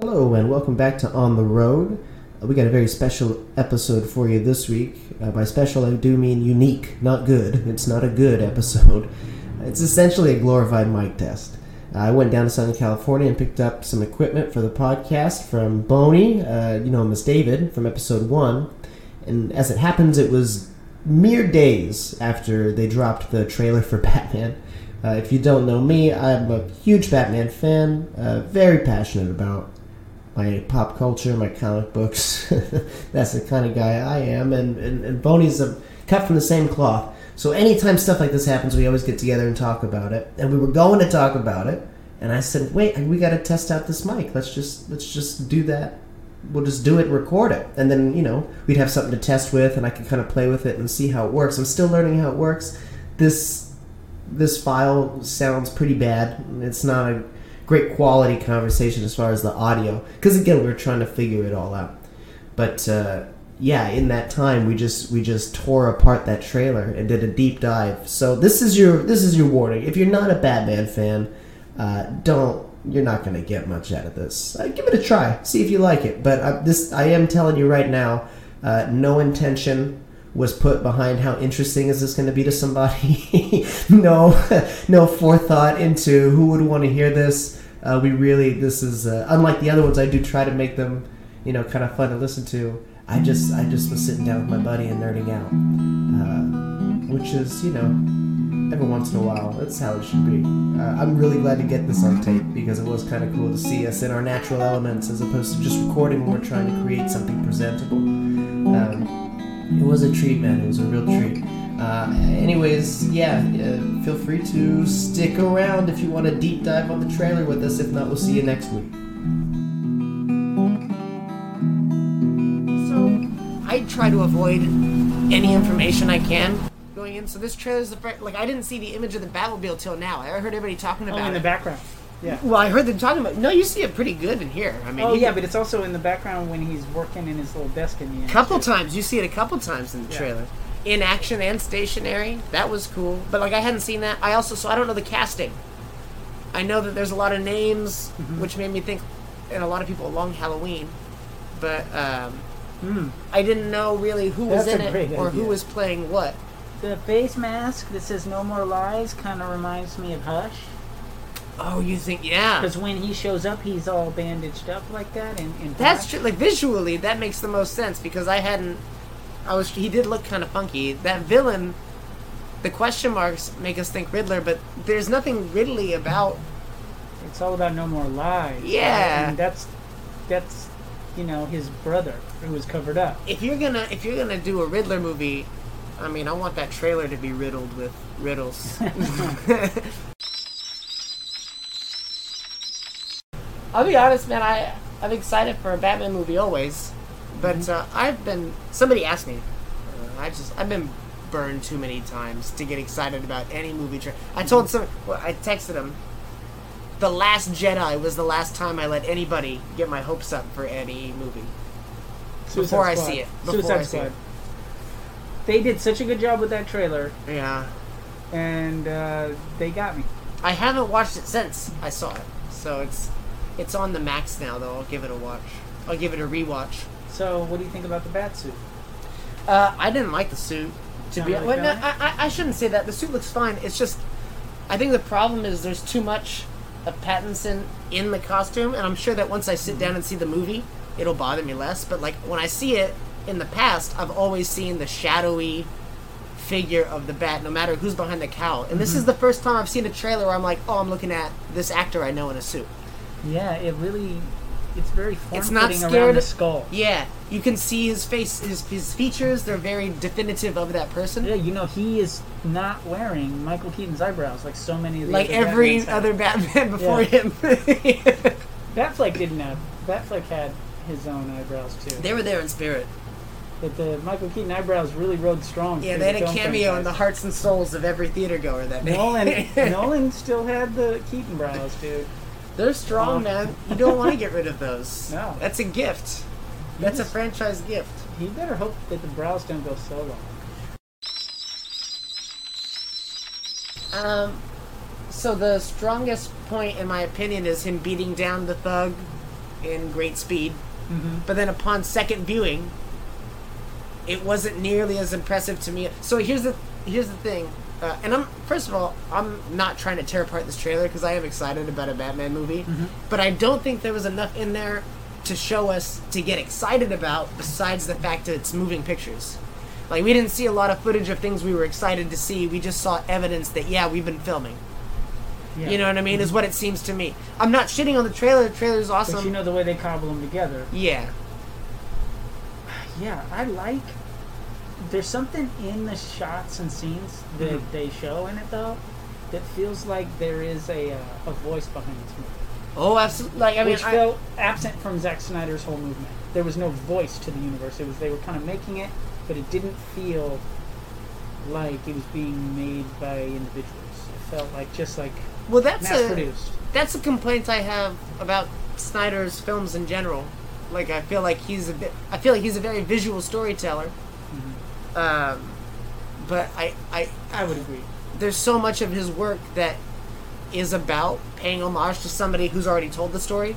Hello, and welcome back to On the Road. Uh, we got a very special episode for you this week. Uh, by special, I do mean unique, not good. It's not a good episode. It's essentially a glorified mic test. I went down to Southern California and picked up some equipment for the podcast from Boney, uh, you know, Miss David from episode one. And as it happens, it was mere days after they dropped the trailer for Batman. Uh, if you don't know me, I'm a huge Batman fan, uh, very passionate about my pop culture, my comic books. That's the kind of guy I am, and, and, and Boney's a cut from the same cloth. So anytime stuff like this happens, we always get together and talk about it. And we were going to talk about it, and I said, "Wait, we got to test out this mic. Let's just let's just do that. We'll just do it, and record it, and then you know we'd have something to test with, and I could kind of play with it and see how it works. I'm still learning how it works. This this file sounds pretty bad. It's not a great quality conversation as far as the audio, because again, we we're trying to figure it all out. But uh, yeah, in that time, we just we just tore apart that trailer and did a deep dive. So this is your this is your warning. If you're not a Batman fan, uh, don't you're not going to get much out of this. Uh, give it a try, see if you like it. But uh, this I am telling you right now, uh, no intention was put behind how interesting is this going to be to somebody. no, no forethought into who would want to hear this. Uh, we really, this is uh, unlike the other ones. I do try to make them, you know, kind of fun to listen to. I just, I just was sitting down with my buddy and nerding out, uh, which is, you know, every once in a while. That's how it should be. Uh, I'm really glad to get this on tape because it was kind of cool to see us in our natural elements as opposed to just recording when we're trying to create something presentable. Um, it was a treat, man. It was a real treat. Uh, anyways, yeah, uh, feel free to stick around if you want to deep dive on the trailer with us. If not, we'll see you next week. So, I try to avoid any information I can going in. So this trailer's the first, like I didn't see the image of the Batmobile till now. I heard everybody talking Oh, about in the it. background. Yeah. well, I heard them talking about. No, you see it pretty good in here. I mean, Oh you- yeah, but it's also in the background when he's working in his little desk in the end. couple times. You see it a couple times in the trailer, in action and stationary. That was cool. But like I hadn't seen that. I also so I don't know the casting. I know that there's a lot of names, which made me think, and a lot of people along Halloween, but um, I didn't know really who was That's in a it great or who idea. was playing what. The face mask that says "No More Lies" kind of reminds me of Hush, Oh, you think yeah? because when he shows up, he's all bandaged up like that. And, and That's true. Like visually, that makes the most sense because I hadn't. I was. He did look kind of funky. That villain. The question marks make us think Riddler, but there's nothing Riddly about It's all about no more lies. Yeah. and that's that's you know his brother who was covered up. if you're gonna if you're gonna do a Riddler movie, I mean, I want that trailer to be riddled with riddles. I'll be honest, man. I I'm excited for a Batman movie always, but uh, I've been somebody asked me. Uh, I just I've been burned too many times to get excited about any movie. Tra- I told some. Well, I texted him. The Last Jedi was the last time I let anybody get my hopes up for any movie. Suicide Before I Squad. see it. Before Suicide I see Squad. it. They did such a good job with that trailer, Yeah. and uh, they got me. I haven't watched it since I saw it, so it's it's on the max now. Though I'll give it a watch. I'll give it a rewatch. So, what do you think about the bat suit? Uh, I didn't like the suit. To Not be really well, no, feeling it? I, I I shouldn't say that. The suit looks fine. It's just I think the problem is there's too much of Pattinson in the costume, and I'm sure that once I Hmm. sit down and see the movie, it'll bother me less. But like when I see it in the past, I've always seen the shadowy figure of the bat, no matter who's behind the cowl. And Mm-hmm. this is the first time I've seen a trailer where I'm like, oh, I'm looking at this actor I know in a suit. Yeah, it really. It's very form It's not around scared. the skull. Yeah, you can see his face, his, his features. They're very definitive of that person. Yeah, you know he is not wearing Michael Keaton's eyebrows like so many of the like other every Batmans have. other Batman before Yeah. him. Batfleck didn't have. Batfleck had his own eyebrows too. they were there in spirit. but the Michael Keaton eyebrows really rode strong. Yeah, through they had the a film cameo in the franchise. hearts and souls of every theater goer that day. Nolan, Nolan still had the Keaton brows, dude. They're strong, Oh. man. You don't want to get rid of those. No. That's a gift. That's a Yes. franchise gift. He better hope that the brows don't go solo. Um, so the strongest point, in my opinion, is him beating down the thug in great speed. hmm But then upon second viewing, it wasn't nearly as impressive to me. So here's the here's the thing, uh, and I'm first of all I'm not trying to tear apart this trailer because I am excited about a Batman movie, but I don't think there was enough in there to show us to get excited about besides the fact that it's moving pictures. Like we didn't see a lot of footage of things we were excited to see. We just saw evidence that yeah we've been filming. Yeah. You know what I mean? Is what it seems to me. I'm not shitting on the trailer. The trailer's But awesome. you know the way they cobble them together. yeah. Yeah, I like. There's something in the shots and scenes that Mm-hmm. they show in it though, that feels like there is a uh, a voice behind this movie, Oh, absolutely. Like I mean, which I- felt absent from Zack Snyder's whole movement. There was no voice to the universe. It was they were kind of making it, but it didn't feel like it was being made by individuals. It felt like just like well, that's mass a produced. that's a complaint I have about Snyder's films in general. Like I feel like he's a bit, I feel like he's a very visual storyteller. Um, but I, I, Mm-hmm. I would agree. there's so much of his work that is about paying homage to somebody who's already told the story.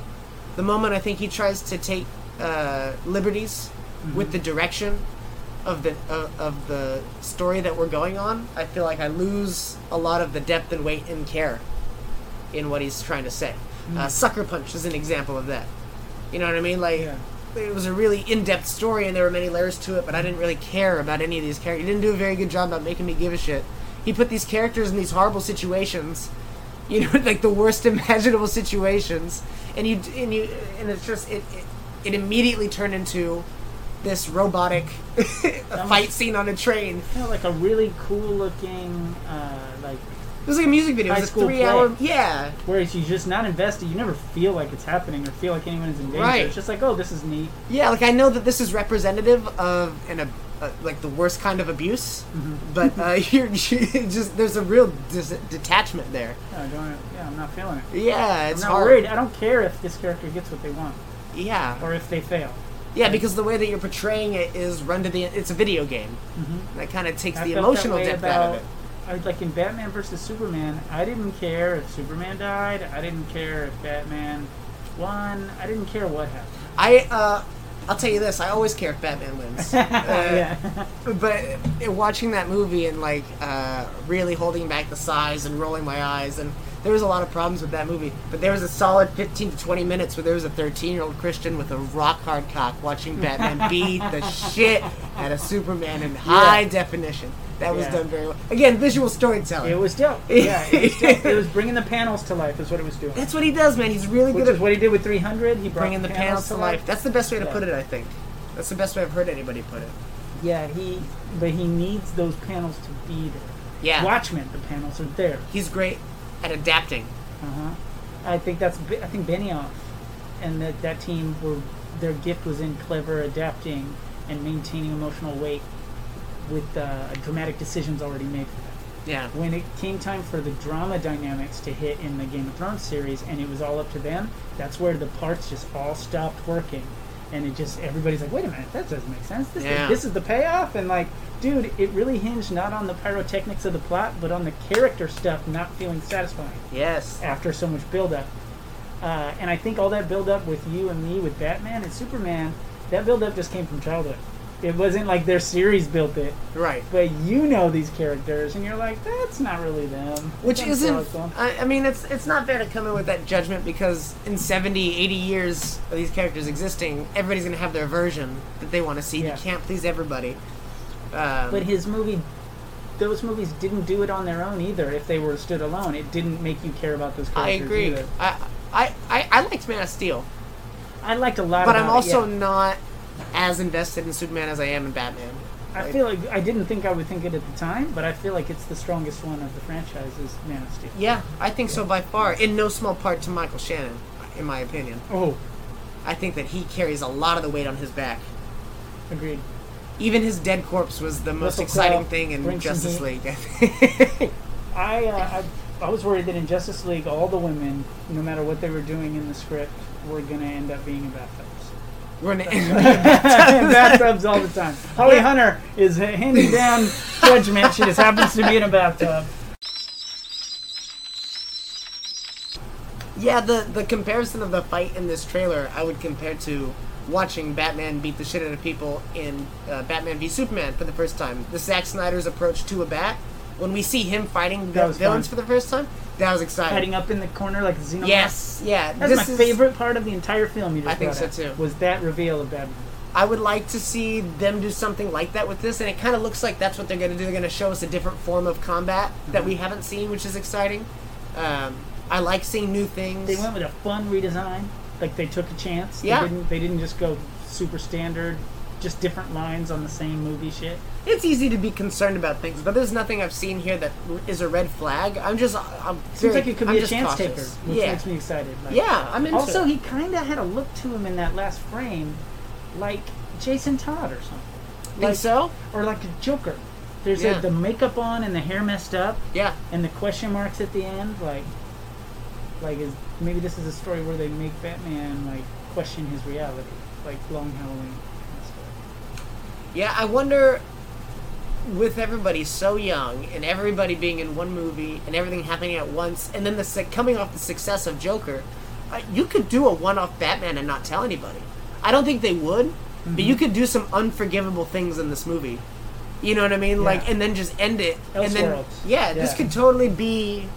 The moment I think he tries to take uh, liberties with the direction of the of, of the story that we're going on, I feel like I lose a lot of the depth and weight and care in what he's trying to say. Uh, Sucker Punch is an example of that. You know what I mean? Like Yeah. it was a really in-depth story and there were many layers to it but i didn't really care about any of these characters he didn't do a very good job about making me give a shit he put these characters in these horrible situations you know like the worst imaginable situations and you and you and it's just it it, it immediately turned into this robotic fight scene on a train You know, like a really cool looking uh, like it was like a music video it High was a school play. three-hour yeah Whereas you just not invested, you never feel like it's happening or feel like anyone is in danger. Right. It's just like, oh, this is neat. Yeah, like I know that this is representative of an ab- uh, like the worst kind of abuse, Mm-hmm. but uh, you're, you just there's a real dis- detachment there. Yeah, I Uh, don't, yeah, I'm not feeling it. Yeah, I'm it's not hard. worried. I don't care if this character gets what they want Yeah, or if they fail. yeah, because the way that you're portraying it is run to the. It's a video game. Mm-hmm. That kind of takes I the felt emotional that way depth out about, of it. I, like in Batman versus Superman, I didn't care if Superman died. I didn't care if Batman won. I didn't care what happened. I uh, I'll tell you this. I always care if Batman wins. yeah. but uh, watching that movie and like uh, really holding back the sighs and rolling my eyes and there was a lot of problems with that movie but there was a solid 15 to 20 minutes where there was a 13 year old christian with a rock hard cock watching batman beat the shit out of superman in high definition that was Yeah. done very well again visual storytelling It was dope. Yeah, it was dope. It was bringing the panels to life is what it was doing. that's what he does man he's really Which good is at what he did with 300. He brought bringing the panels to life that's the best way to Yeah. put it i think that's the best way i've heard anybody put it Yeah, he but he needs those panels to be there. yeah Watchmen, the panels are there. he's great at adapting Uh-huh. I think that's Bi- I think Benioff and that that team were their gift was in clever adapting and maintaining emotional weight with uh, dramatic decisions already made for them. yeah When it came time for the drama dynamics to hit in the Game of Thrones series and it was all up to them, that's where the parts just all stopped working. And it just, everybody's like, wait a minute, that doesn't make sense. This, Yeah. this is the payoff. And like, dude, it really hinged not on the pyrotechnics of the plot, but on the character stuff not feeling satisfying yes after so much buildup. Uh, and I think all that buildup with you and me, with Batman and Superman, that buildup just came from childhood. It wasn't like their series built it, right but you know these characters, and you're like, that's not really them. Which That's isn't. awesome. I, I mean, it's it's not fair to come in with that judgment because in 70, 80 years of these characters existing, everybody's gonna have their version that they want to see. Yeah. You can't please everybody. Um, But his movie, those movies didn't do it on their own either. If they were stood alone, it didn't make you care about those I characters. agree. Either. I, I I I liked Man of Steel, I liked a lot. but about I'm it, also yeah. not as invested in Superman as I am in Batman. I feel like I didn't think I would think it at the time, but I feel like it's the strongest one of the franchises, Man of Steel. Yeah, I think so by far, in no small part to Michael Shannon, in my opinion. Oh, I think that he carries a lot of the weight on his back. agreed. Even his dead corpse was the most Russell exciting Crowe, thing in bring some Justice heat. League. I think. I, uh, I I was worried that in Justice League, all the women, no matter what they were doing in the script, were going to end up being in bathtubs. We're in in bathtubs all the time. Holly Hunter is uh, handing down judgment. She just happens to be in a bathtub. Yeah, the the comparison of the fight in this trailer, I would compare to watching Batman beat the shit out of people in uh, Batman v Superman for the first time. The Zack Snyder's approach to a bat, when we see him fighting That the was villains fun. for the first time, that was exciting. Heading up in the corner like Xenomorph. Yes, yeah. That's this my is- favorite part of the entire film. You just I think brought so, up, too. Was that reveal of Batman? I would like to see them do something like that with this, and it kind of looks like that's what they're going to do. They're going to show us a different form of combat that Mm-hmm. we haven't seen, which is exciting. Um, I like seeing new things. They went with a fun redesign. Like they took a chance. Yeah. They didn't, they didn't just go super standard, just different lines on the same movie shit. it's easy to be concerned about things, but there's nothing I've seen here that is a red flag. I'm just, I'm Seems very, like it could I'm be a just chance taker, cautious. which yeah, makes me excited. Like, yeah. I'm into Also, it. he kind of had a look to him in that last frame, like Jason Todd or something. think Like, so. Or like a Joker. There's Yeah. like the makeup on and the hair messed up Yeah, and the question marks at the end. Like, like is maybe this is a story where they make Batman like question his reality, like Long Halloween. kind of stuff. yeah. I wonder, with everybody so young and everybody being in one movie and everything happening at once, and then the su- coming off the success of Joker, uh, you could do a one-off Batman and not tell anybody. I don't think they would, but you could do some unforgivable things in this movie. You know what I mean? Like, Yeah. and then just end it. And then, Elseworlds. yeah, this Yeah. could totally be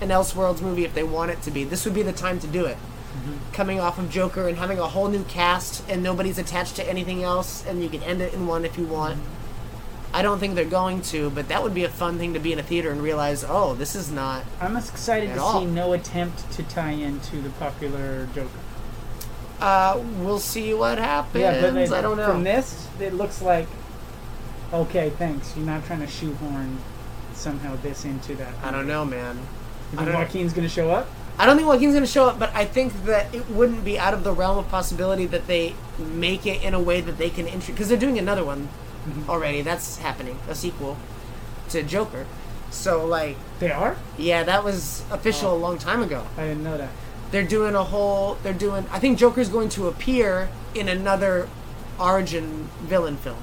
an Elseworlds movie if they want it to be. This would be the time to do it. Mm-hmm. Coming off of Joker and having a whole new cast, and nobody's attached to anything else, and you can end it in one if you want. Mm-hmm. I don't think they're going to, but that would be a fun thing to be in a theater and realize, oh, this is not. I'm excited At to all. see no attempt to tie into the popular Joker. Uh, we'll see what happens. like, I don't know. From this, it looks like okay. Thanks. You're not trying to shoehorn somehow this into that. I don't know, man. You I think don't- Joaquin's gonna show up? I don't think Joaquin's going to show up, but I think that it wouldn't be out of the realm of possibility that they make it in a way that they can introduce. Because they're doing another one already. That's happening, a sequel to Joker. So, like, They are. yeah, that was official a long time ago. I didn't know that. They're doing a whole. They're doing. I think Joker's going to appear in another origin villain film.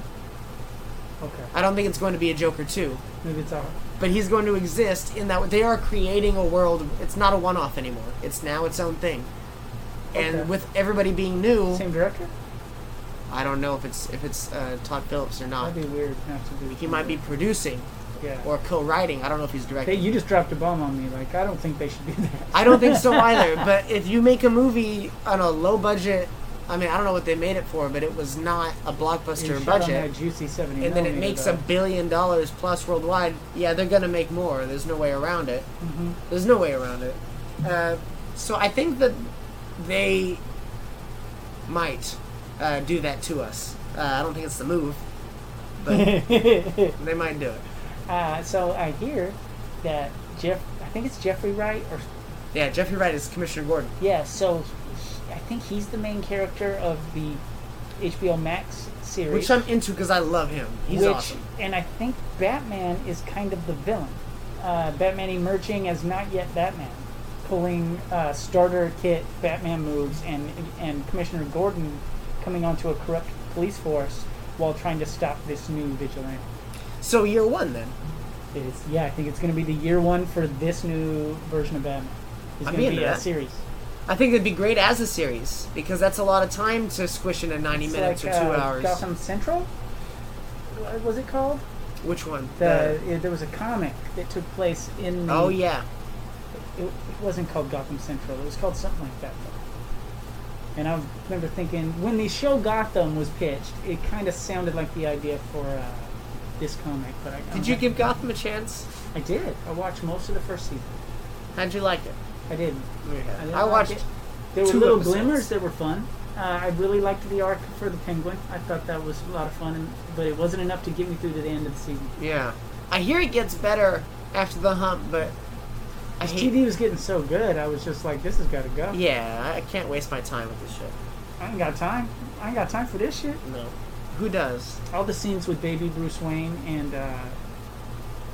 Okay, I don't think it's going to be a Joker 2, maybe it's all. but he's going to exist in that they are creating a world. It's not a one-off anymore. It's now its own thing. And Okay. with everybody being new, Same director? I don't know if it's if it's uh, Todd Phillips or not. That'd be weird not to do. He might be producing Yeah. or co-writing. I don't know if he's They, directing. you just dropped a bomb on me. Like I don't think they should be there. I don't think so either. But if you make a movie on a low budget, I mean, I don't know what they made it for, but it was not a You blockbuster shot on budget. that juicy seventy. and then it makes a billion dollars plus worldwide, yeah, they're gonna make more. There's no way around it. Mm-hmm. There's no way around it. Uh, so I think that they might uh, do that to us. Uh, I don't think it's the move, but a. they might do it. uh, so I hear that Jeff. I think it's Jeffrey Wright or Yeah, Jeffrey Wright is Commissioner Gordon. Yeah, so he- I think he's the main character of the HBO Max series. Which I'm into because I love him. He's which- awesome. And I think Batman is kind of the villain. Uh, Batman emerging as not yet Batman, pulling uh, starter kit Batman moves, and and Commissioner Gordon coming onto a corrupt police force while trying to stop this new vigilante. So year one then. It's, yeah, I think it's going to be the year one for this new version of Batman. It's I'm going to into be a that. series. I think it'd be great as a series because that's a lot of time to squish into 90 It's minutes like, or two uh, hours. Gotham Central. What was it called? Which one? The, yeah, there was a comic that took place in. The, oh yeah. Mm-hmm. It, it wasn't called Gotham Central. It was called something like that. though. And I remember thinking when the show Gotham was pitched, it kind of sounded like the idea for uh, this comic. But I, I Did you don't- give Gotham a chance? I did. I watched most of the first season. How'd you like it? I did. I, didn't I like watched. it. There were two little episodes. glimmers that were fun. Uh, I really liked the arc for the Penguin. I thought that was a lot of fun, and, but it wasn't enough to get me through to the end of the season. Yeah, I hear it gets better after the hump, but I His hate. TV was getting so good, I was just like, this has got to go. Yeah, I can't waste my time with this shit. I ain't got time. I ain't got time for this shit. No, who does? All the scenes with baby Bruce Wayne and uh,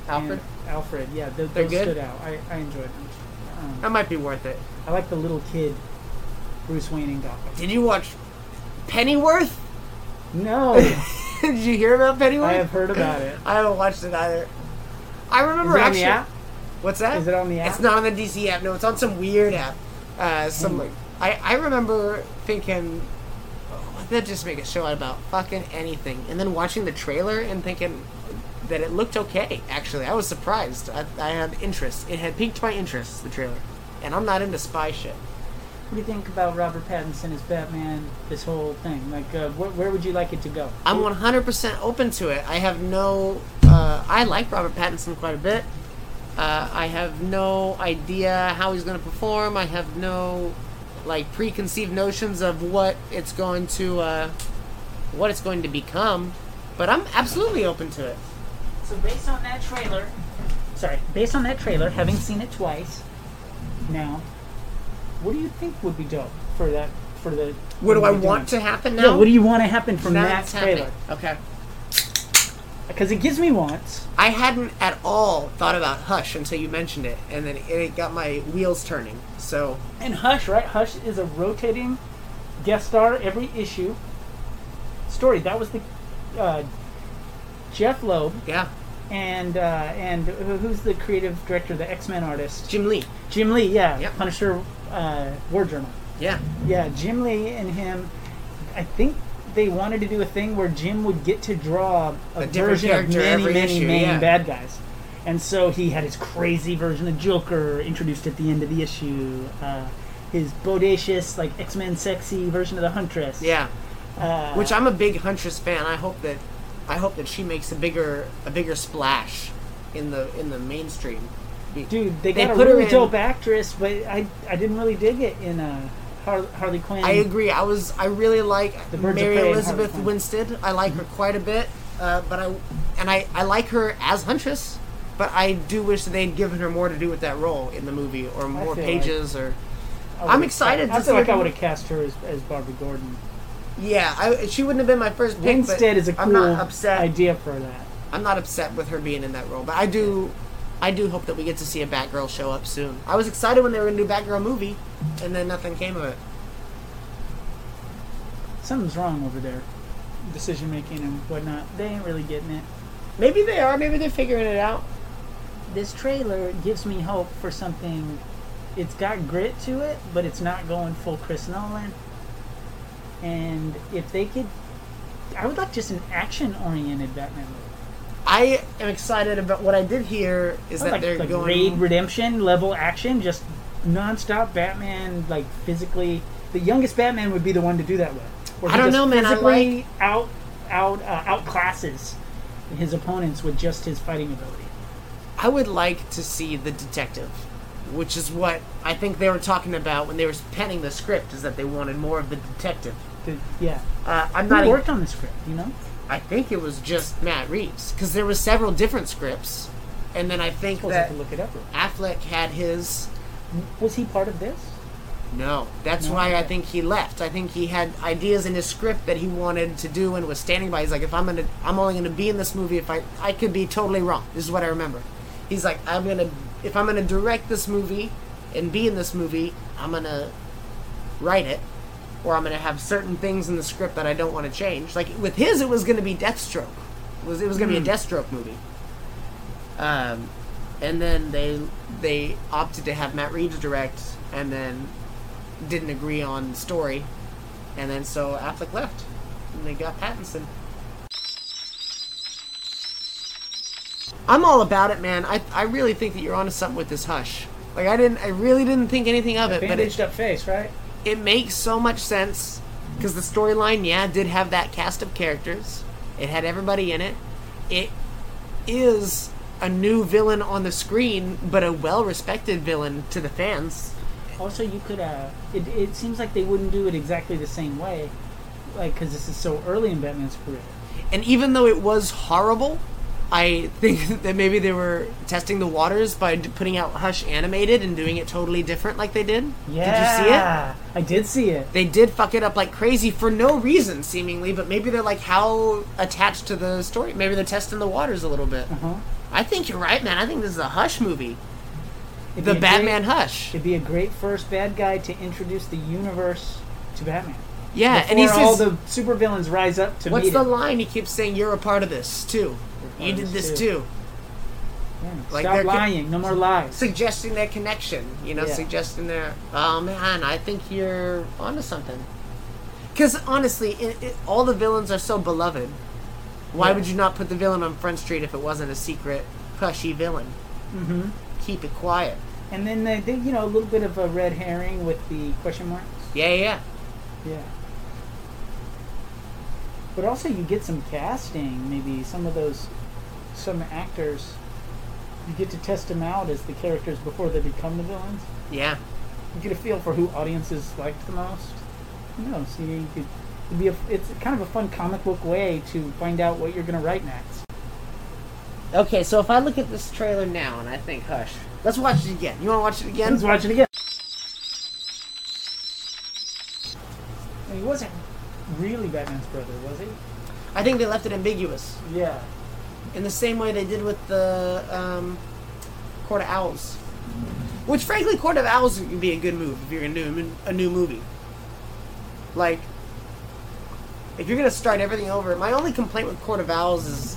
Alfred. and Alfred, yeah, th- They're those good? Oh. stood out. I, I enjoyed them. Um, That might be worth it. I like the little kid Bruce Wayne and Gotham. Did you watch Pennyworth? No, Did you hear about Pennyworth? I have heard about it. Is I haven't watched it either. I it remember on actually. the app? What's that? Is it on the app? It's not on the DC app. No, it's on some weird app. Uh, some like I, I remember thinking oh, they'll just make a show out about fucking anything, and then watching the trailer and thinking that it looked okay. Actually, I was surprised. I, I had interest. It had piqued my interest. The trailer, and I'm not into spy shit. What do you think about Robert Pattinson as Batman? This whole thing, like, uh, wh- where would you like it to go? I'm 100% open to it. I have no. Uh, I like Robert Pattinson quite a bit. Uh, I have no idea how he's going to perform. I have no, like, preconceived notions of what it's going to, uh, what it's going to become. But I'm absolutely open to it. So based on that trailer, sorry, based on that trailer, having seen it twice now, what do you think would be dope for that? For the What do I want to happen now? Yeah, what do you want to happen from That's that happening. trailer? Okay. Because it gives me wants. I hadn't at all thought about Hush until you mentioned it, and then it got my wheels turning. So And Hush, right? Hush is a rotating guest star every issue story. That was the uh, Jeff Loeb yeah, and uh, and who- who's the creative director, the X Men artist, Jim Lee. Jim Lee. Yeah, Yep. Punisher uh, War Journal. Yeah. Yeah, Jim Lee and him. I think they wanted to do a thing where Jim would get to draw a, A different version of character many, every many, issue, many yeah. bad guys. And so he had his crazy version of Joker introduced at the end of the issue. Uh, his bodacious, like X Men sexy version of the Huntress. Yeah. Uh, Which I'm a big Huntress fan. I hope that I hope that she makes a bigger a bigger splash in the in the mainstream. Be- dude, they They got a put her really in- dope actress, but I I didn't really dig it in uh, Har- Harley Quinn. I agree. I was I really like The Birds of Mary Prey and Elizabeth Harley Quinn. Winstead. I like Mm-hmm. her quite a bit. Uh, but I and I I like her as Huntress. But I do wish that they'd given her more to do with that role in the movie, or more feel pages, or I I'm would've- excited I to feel see like her- I would have cast her as, as Barbara Gordon. yeah, I, she wouldn't have been my first pick. but Winstead is a cool I'm not upset. idea for that. I'm not upset with her being in that role, but I do, I do hope that we get to see a Batgirl show up soon. I was excited when they were going to do a Batgirl movie, and then nothing came of it. something's wrong over there. Decision making and whatnot. They ain't really getting it. Maybe they are. Maybe they're figuring it out. This trailer gives me hope for something. It's got grit to it, but it's not going full Chris Nolan. And if they could, I would like just an action oriented Batman movie. I am excited about what I did hear is I that like, they're like going. Raid Redemption level action, just nonstop Batman, like physically. The youngest Batman would be the one to do that with. Where he I don't just know, man, I physically like- out, out, uh, outclasses his opponents with just his fighting ability. I would like to see the detective, which is what I think they were talking about when they were penning the script. Is that they wanted more of the detective. The- yeah, Uh, I'm who not. worked on the script? You know, I think it was just Matt Reeves because there were several different scripts, and then I think I was that to look it up. real Affleck had his quick. Was he part of this? No, that's No? why I Okay. think he left. I think he had ideas in his script that he wanted to do and was standing by. He's like, if I'm gonna, I'm only gonna be in this movie if I, I could be totally wrong. This is what I remember. He's like, I'm gonna, if I'm gonna direct this movie and be in this movie, I'm gonna write it, or I'm gonna have certain things in the script that I don't want to change. Like with his, it was gonna be Deathstroke. It was it was gonna be a Deathstroke movie. Um, and then they they opted to have Matt Reeves direct, and then didn't agree on the story, and then so Affleck left, and they got Pattinson. I'm all about it, man. I, I really think that you're onto something with this hush. Like I didn't, I really didn't think anything of it, but it, Bandaged up face, right? it makes so much sense because the storyline, yeah, did have that cast of characters. It had everybody in it. It is a new villain on the screen, but a well-respected villain to the fans. Also, you could. Uh, it, it seems like they wouldn't do it exactly the same way, like because this is so early in Batman's career. And even though it was horrible, I think that maybe they were testing the waters by d- putting out Hush animated and doing it totally different, like they did. Did you see it? Yeah, I did see it. They did fuck it up like crazy for no reason, seemingly. But maybe they're like how attached to the story. Maybe they're testing the waters a little bit. Huh? I think you're right, man. I think this is a Hush movie, It'd the be a Batman great- Hush. It'd be a great first bad guy to introduce the universe to Batman. Yeah, Before and he all says, the supervillains rise up to "What's meet the him. line?" He keeps saying, "You're a part of this too. part You of did this, this too." too." Yeah. Like, they're Stop ca- lying. no more lies. suggesting their connection. You know, Yeah. suggesting their. Oh man, I think you're onto something. Because honestly, it, it, all the villains are so beloved. Why Yeah. would you not put the villain on Front Street if it wasn't a secret, pushy villain? hmm Keep it quiet. And then they, they, you know, a little bit of a red herring with the question marks. Yeah, yeah, yeah. Yeah. But also, you get some casting. Maybe some of those, some actors, you get to test them out as the characters before they become the villains. yeah. You get a feel for who audiences liked the most. You know, so you could. It'd be a, it's kind of a fun comic book way to find out what you're going to write next. Okay, so if I look at this trailer now and I think, hush, let's watch it again. You want to watch it again? Let's watch it again. I mean, He wasn't really Batman's brother, was he? I think they left it ambiguous Yeah. in the same way they did with the um, Court of Owls. Which, frankly, Court of Owls would be a good move if you're gonna do a new movie. Like, if you're gonna start everything over, my only complaint with Court of Owls is,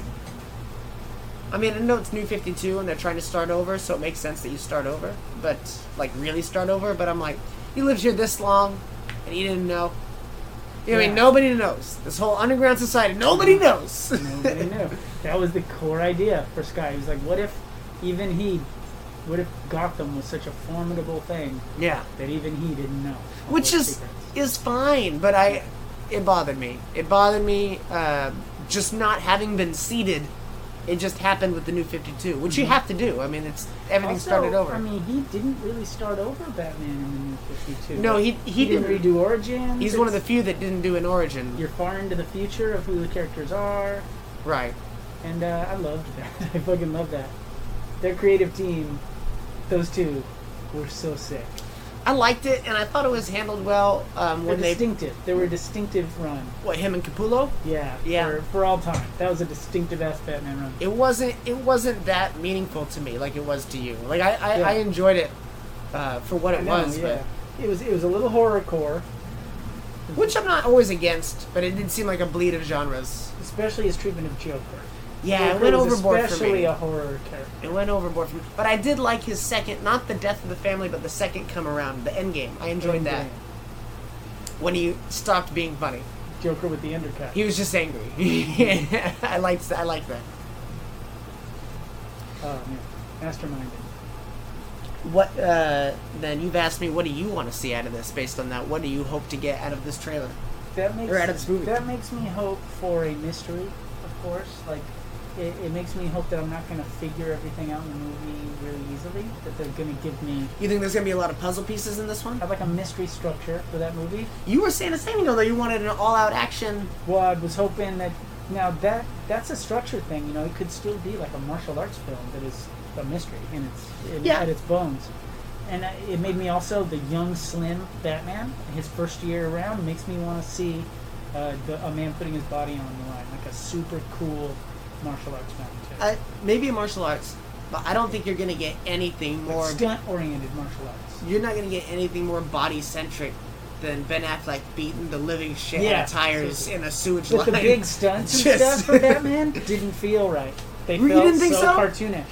I mean, I know it's New Fifty Two and they're trying to start over, so it makes sense that you start over, but like really start over. But I'm like, you lived here this long, and you didn't know. You know, what I mean, Yeah. nobody knows. This whole underground society, nobody knows. Nobody knew. That was the core idea for Sky. He was like, what if even he, what if Gotham was such a formidable thing yeah. that even he didn't know? all which those is secrets? is fine but i it bothered me it bothered me uh, just not having been seated it just happened with the new 52 which you have to do i mean it's everything Mm-hmm. Also, started over I mean, he didn't really start over Batman in the New 52. no he he, didn't, didn't, redo Origins. he's one of the It's- few that didn't do an origin You're far into the future of who the characters are. right And uh, I loved that. I fucking love that. Their creative team, those two, were so sick. i liked it and i thought it was handled well um, They're when they distinctive. They were a distinctive run. what him and capullo Yeah. Yeah. For, for all time. That was a distinctive ass Batman run. it wasn't it wasn't that meaningful to me like it was to you like i i, Yeah. I enjoyed it uh, for what it I know, was but It was it was a little horrorcore, which i'm not always against but it did seem like a bleed of genres especially his treatment of Joker. Yeah, it Joker went was overboard for Especially me. a horror character. It went overboard for me. But I did like his second, not the death of the family, but the second come around, the end game. I enjoyed And, that uh, when he stopped being funny. Joker with the undercut. He was just angry. I liked I liked that. oh man, masterminded. What uh, then? You've asked me, what do you want to see out of this? Based on that, what do you hope to get out of this trailer? That makes Or out of this movie. that makes me hope for a mystery, of course. Like it, it makes me hope that I'm not going to figure everything out in the movie really easily. That they're going to give me You think there's gonna be a lot of puzzle pieces in this one? I like a mystery structure for that movie. You were saying the same, you know, though. You wanted an all-out action. Well, I was hoping that now that that's a structure thing. You know, it could still be like a martial arts film that is a mystery in its in, Yeah. at its bones. And I- it made me also the young, slim Batman. His first year around makes me want to see uh, the, a man putting his body on the line, like a super cool martial arts film, too. Uh, maybe martial arts, but I don't think you're gonna get anything Like more. stunt-oriented martial arts. you're not gonna get anything more body centric than Ben Affleck beating the living shit out Yeah. of tires in a sewage But line. the big stunts and Just- stuff for Batman didn't feel right. They You felt didn't think so? cartoonish.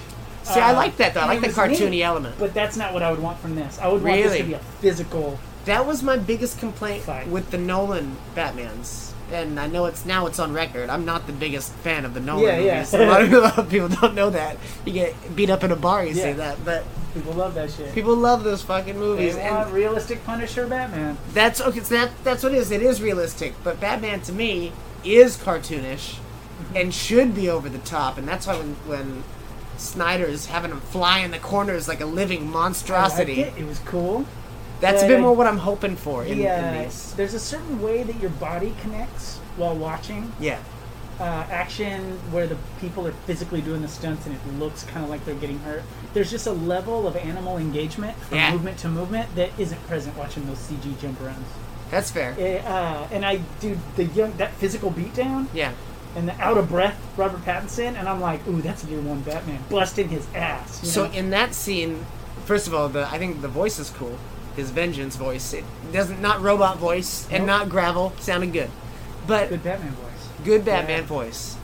See, I Uh, like that though. I and like it the was cartoony neat. element. But that's not what I would want from this. I would want this Really? to be a physical. That was my biggest complaint Fine. with the Nolan Batmans. And I know it's now it's on record. I'm not the biggest fan of the Nolan Yeah, yeah. movies. A lot of- a lot of people don't know that. You get beat up in a bar, you say Yeah. that. But People love that shit. people love those fucking they movies. and- want realistic Punisher Batman. That's okay. So that that's what it is. It is realistic, but Batman to me is cartoonish Mm-hmm. and should be over the top, and that's why when when Snyder is having him fly in the corners like a living monstrosity, I liked it. It was cool. that's a but bit I- more what I'm hoping for in, yeah, in these. there's a certain way that your body connects while watching Yeah, uh, action where the people are physically doing the stunts and it looks kind of like they're getting hurt. There's just a level of animal engagement from Yeah. movement to movement that isn't present watching those CG jump arounds. that's fair. Eh, uh, and I, dude, the young that physical beatdown. Yeah, and the out of breath Robert Pattinson, and I'm like, ooh, that's year one Batman busting his ass. you So know? in that scene, first of all, the I think the voice is cool. His vengeance voice. It doesn't not robot voice and Nope. not gravel. Sounded good, but good Batman voice. good Batman Yeah. voice,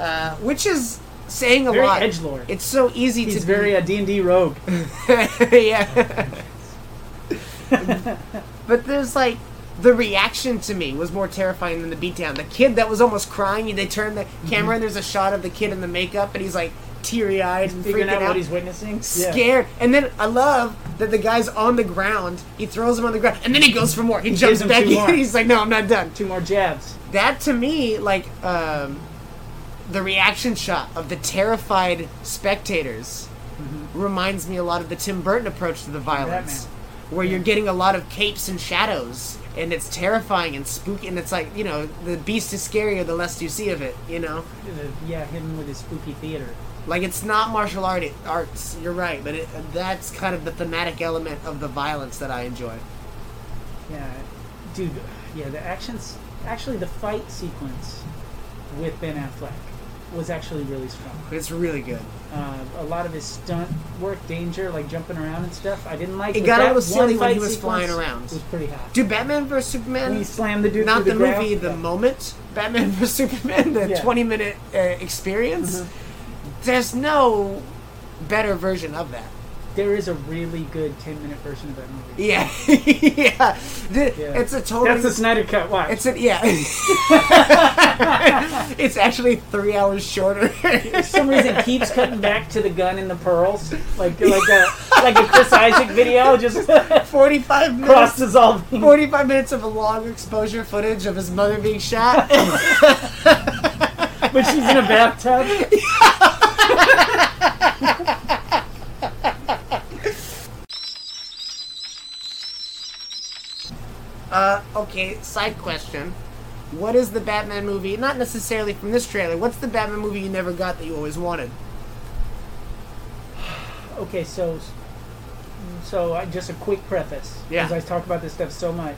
uh, which is saying a Very lot. edge lord. It's so easy He's to very uh, d and D rogue. be, yeah. but there's like the reaction to me was more terrifying than the beatdown. The kid that was almost crying, they turned the Mm-hmm. camera and there's a shot of the kid in the makeup and he's like teary eyed and Figuring freaking out what he's witnessing. Yeah. scared. And then I love that the guy's on the ground. He throws him on the ground, and then he goes for more. He, jumps gives him back two in. more. He's like, "No, I'm not done." Two more jabs. That to me, like, um, the reaction shot of the terrified spectators reminds me a lot of the Tim Burton approach to the violence, where you're getting a lot of capes and shadows, and it's terrifying and spooky. And it's like, you know, the beast is scarier the less you see of it. You know. Yeah, him with his spooky theater. Like it's not martial art arts. You're right, but it, that's kind of the thematic element of the violence that I enjoy. Yeah, dude. Yeah, the actions. Actually, the fight sequence with Ben Affleck was actually really strong. It's really good. Uh, a lot of his stunt work, danger, like jumping around and stuff, I didn't like. It but got a that little silly one when he fight was sequence flying around. Was pretty hot. Dude, Batman vs Superman. he slammed the dude. not through the, the, ground. movie, the Yeah. moment. Batman vs Superman, the Yeah. Mm-hmm. 20 minute uh, experience. There's no better version of that. There is a really good ten-minute version of that movie. Yeah, yeah. The- Yeah. It's a totally. That's the Snyder cut. Watch. it's a yeah. it's actually three hours shorter. for some reason keeps cutting back to the gun and the pearls, like like a like a Chris Isaac video, just Forty-five minutes. cross dissolving. 45 minutes of long exposure footage of his mother being shot. But she's in a bathtub. uh, okay, side question. What is the Batman movie? Not necessarily from this trailer. What's the Batman movie you never got that you always wanted? Okay, so so I, just a quick preface Yeah. because I talk about this stuff so much.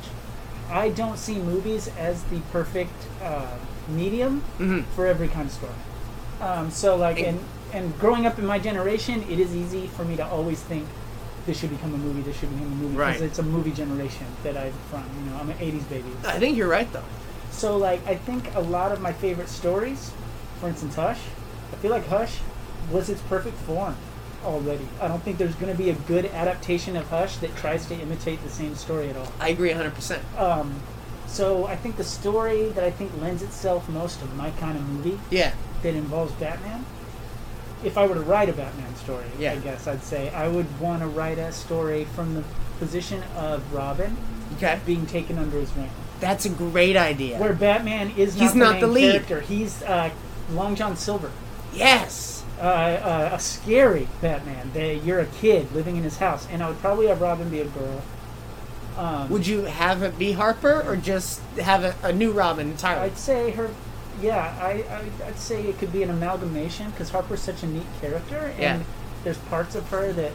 I don't see movies as the perfect uh, medium Mm-hmm. for every kind of story. Um, so like and and growing up in my generation, it is easy for me to always think this should become a movie. This should become a movie Right. it's a movie generation that I'm from. You know, I'm an '80s baby. I think you're right, though. So like I think a lot of my favorite stories, for instance Hush, I feel like Hush was its perfect form already. I don't think there's going to be a good adaptation of Hush that tries to imitate the same story at all. I agree 100%. Um, so I think the story that I think lends itself most to my kind of movie Yeah. that involves Batman. If I were to write a Batman story, Yeah. I guess I'd say I would want to write a story from the position of Robin Okay. being taken under his wing That's a great idea. where Batman is not He's the not main the lead. character. He's uh, Long John Silver, yes. uh, uh, a scary Batman. They, you're a kid living in his house, and I would probably have Robin be a girl. Um, Would you have it be Harper or just have a, a new Robin entirely? I'd say her. Yeah, I, I I'd say it could be an amalgamation because Harper's such a neat character, and Yeah. there's parts of her that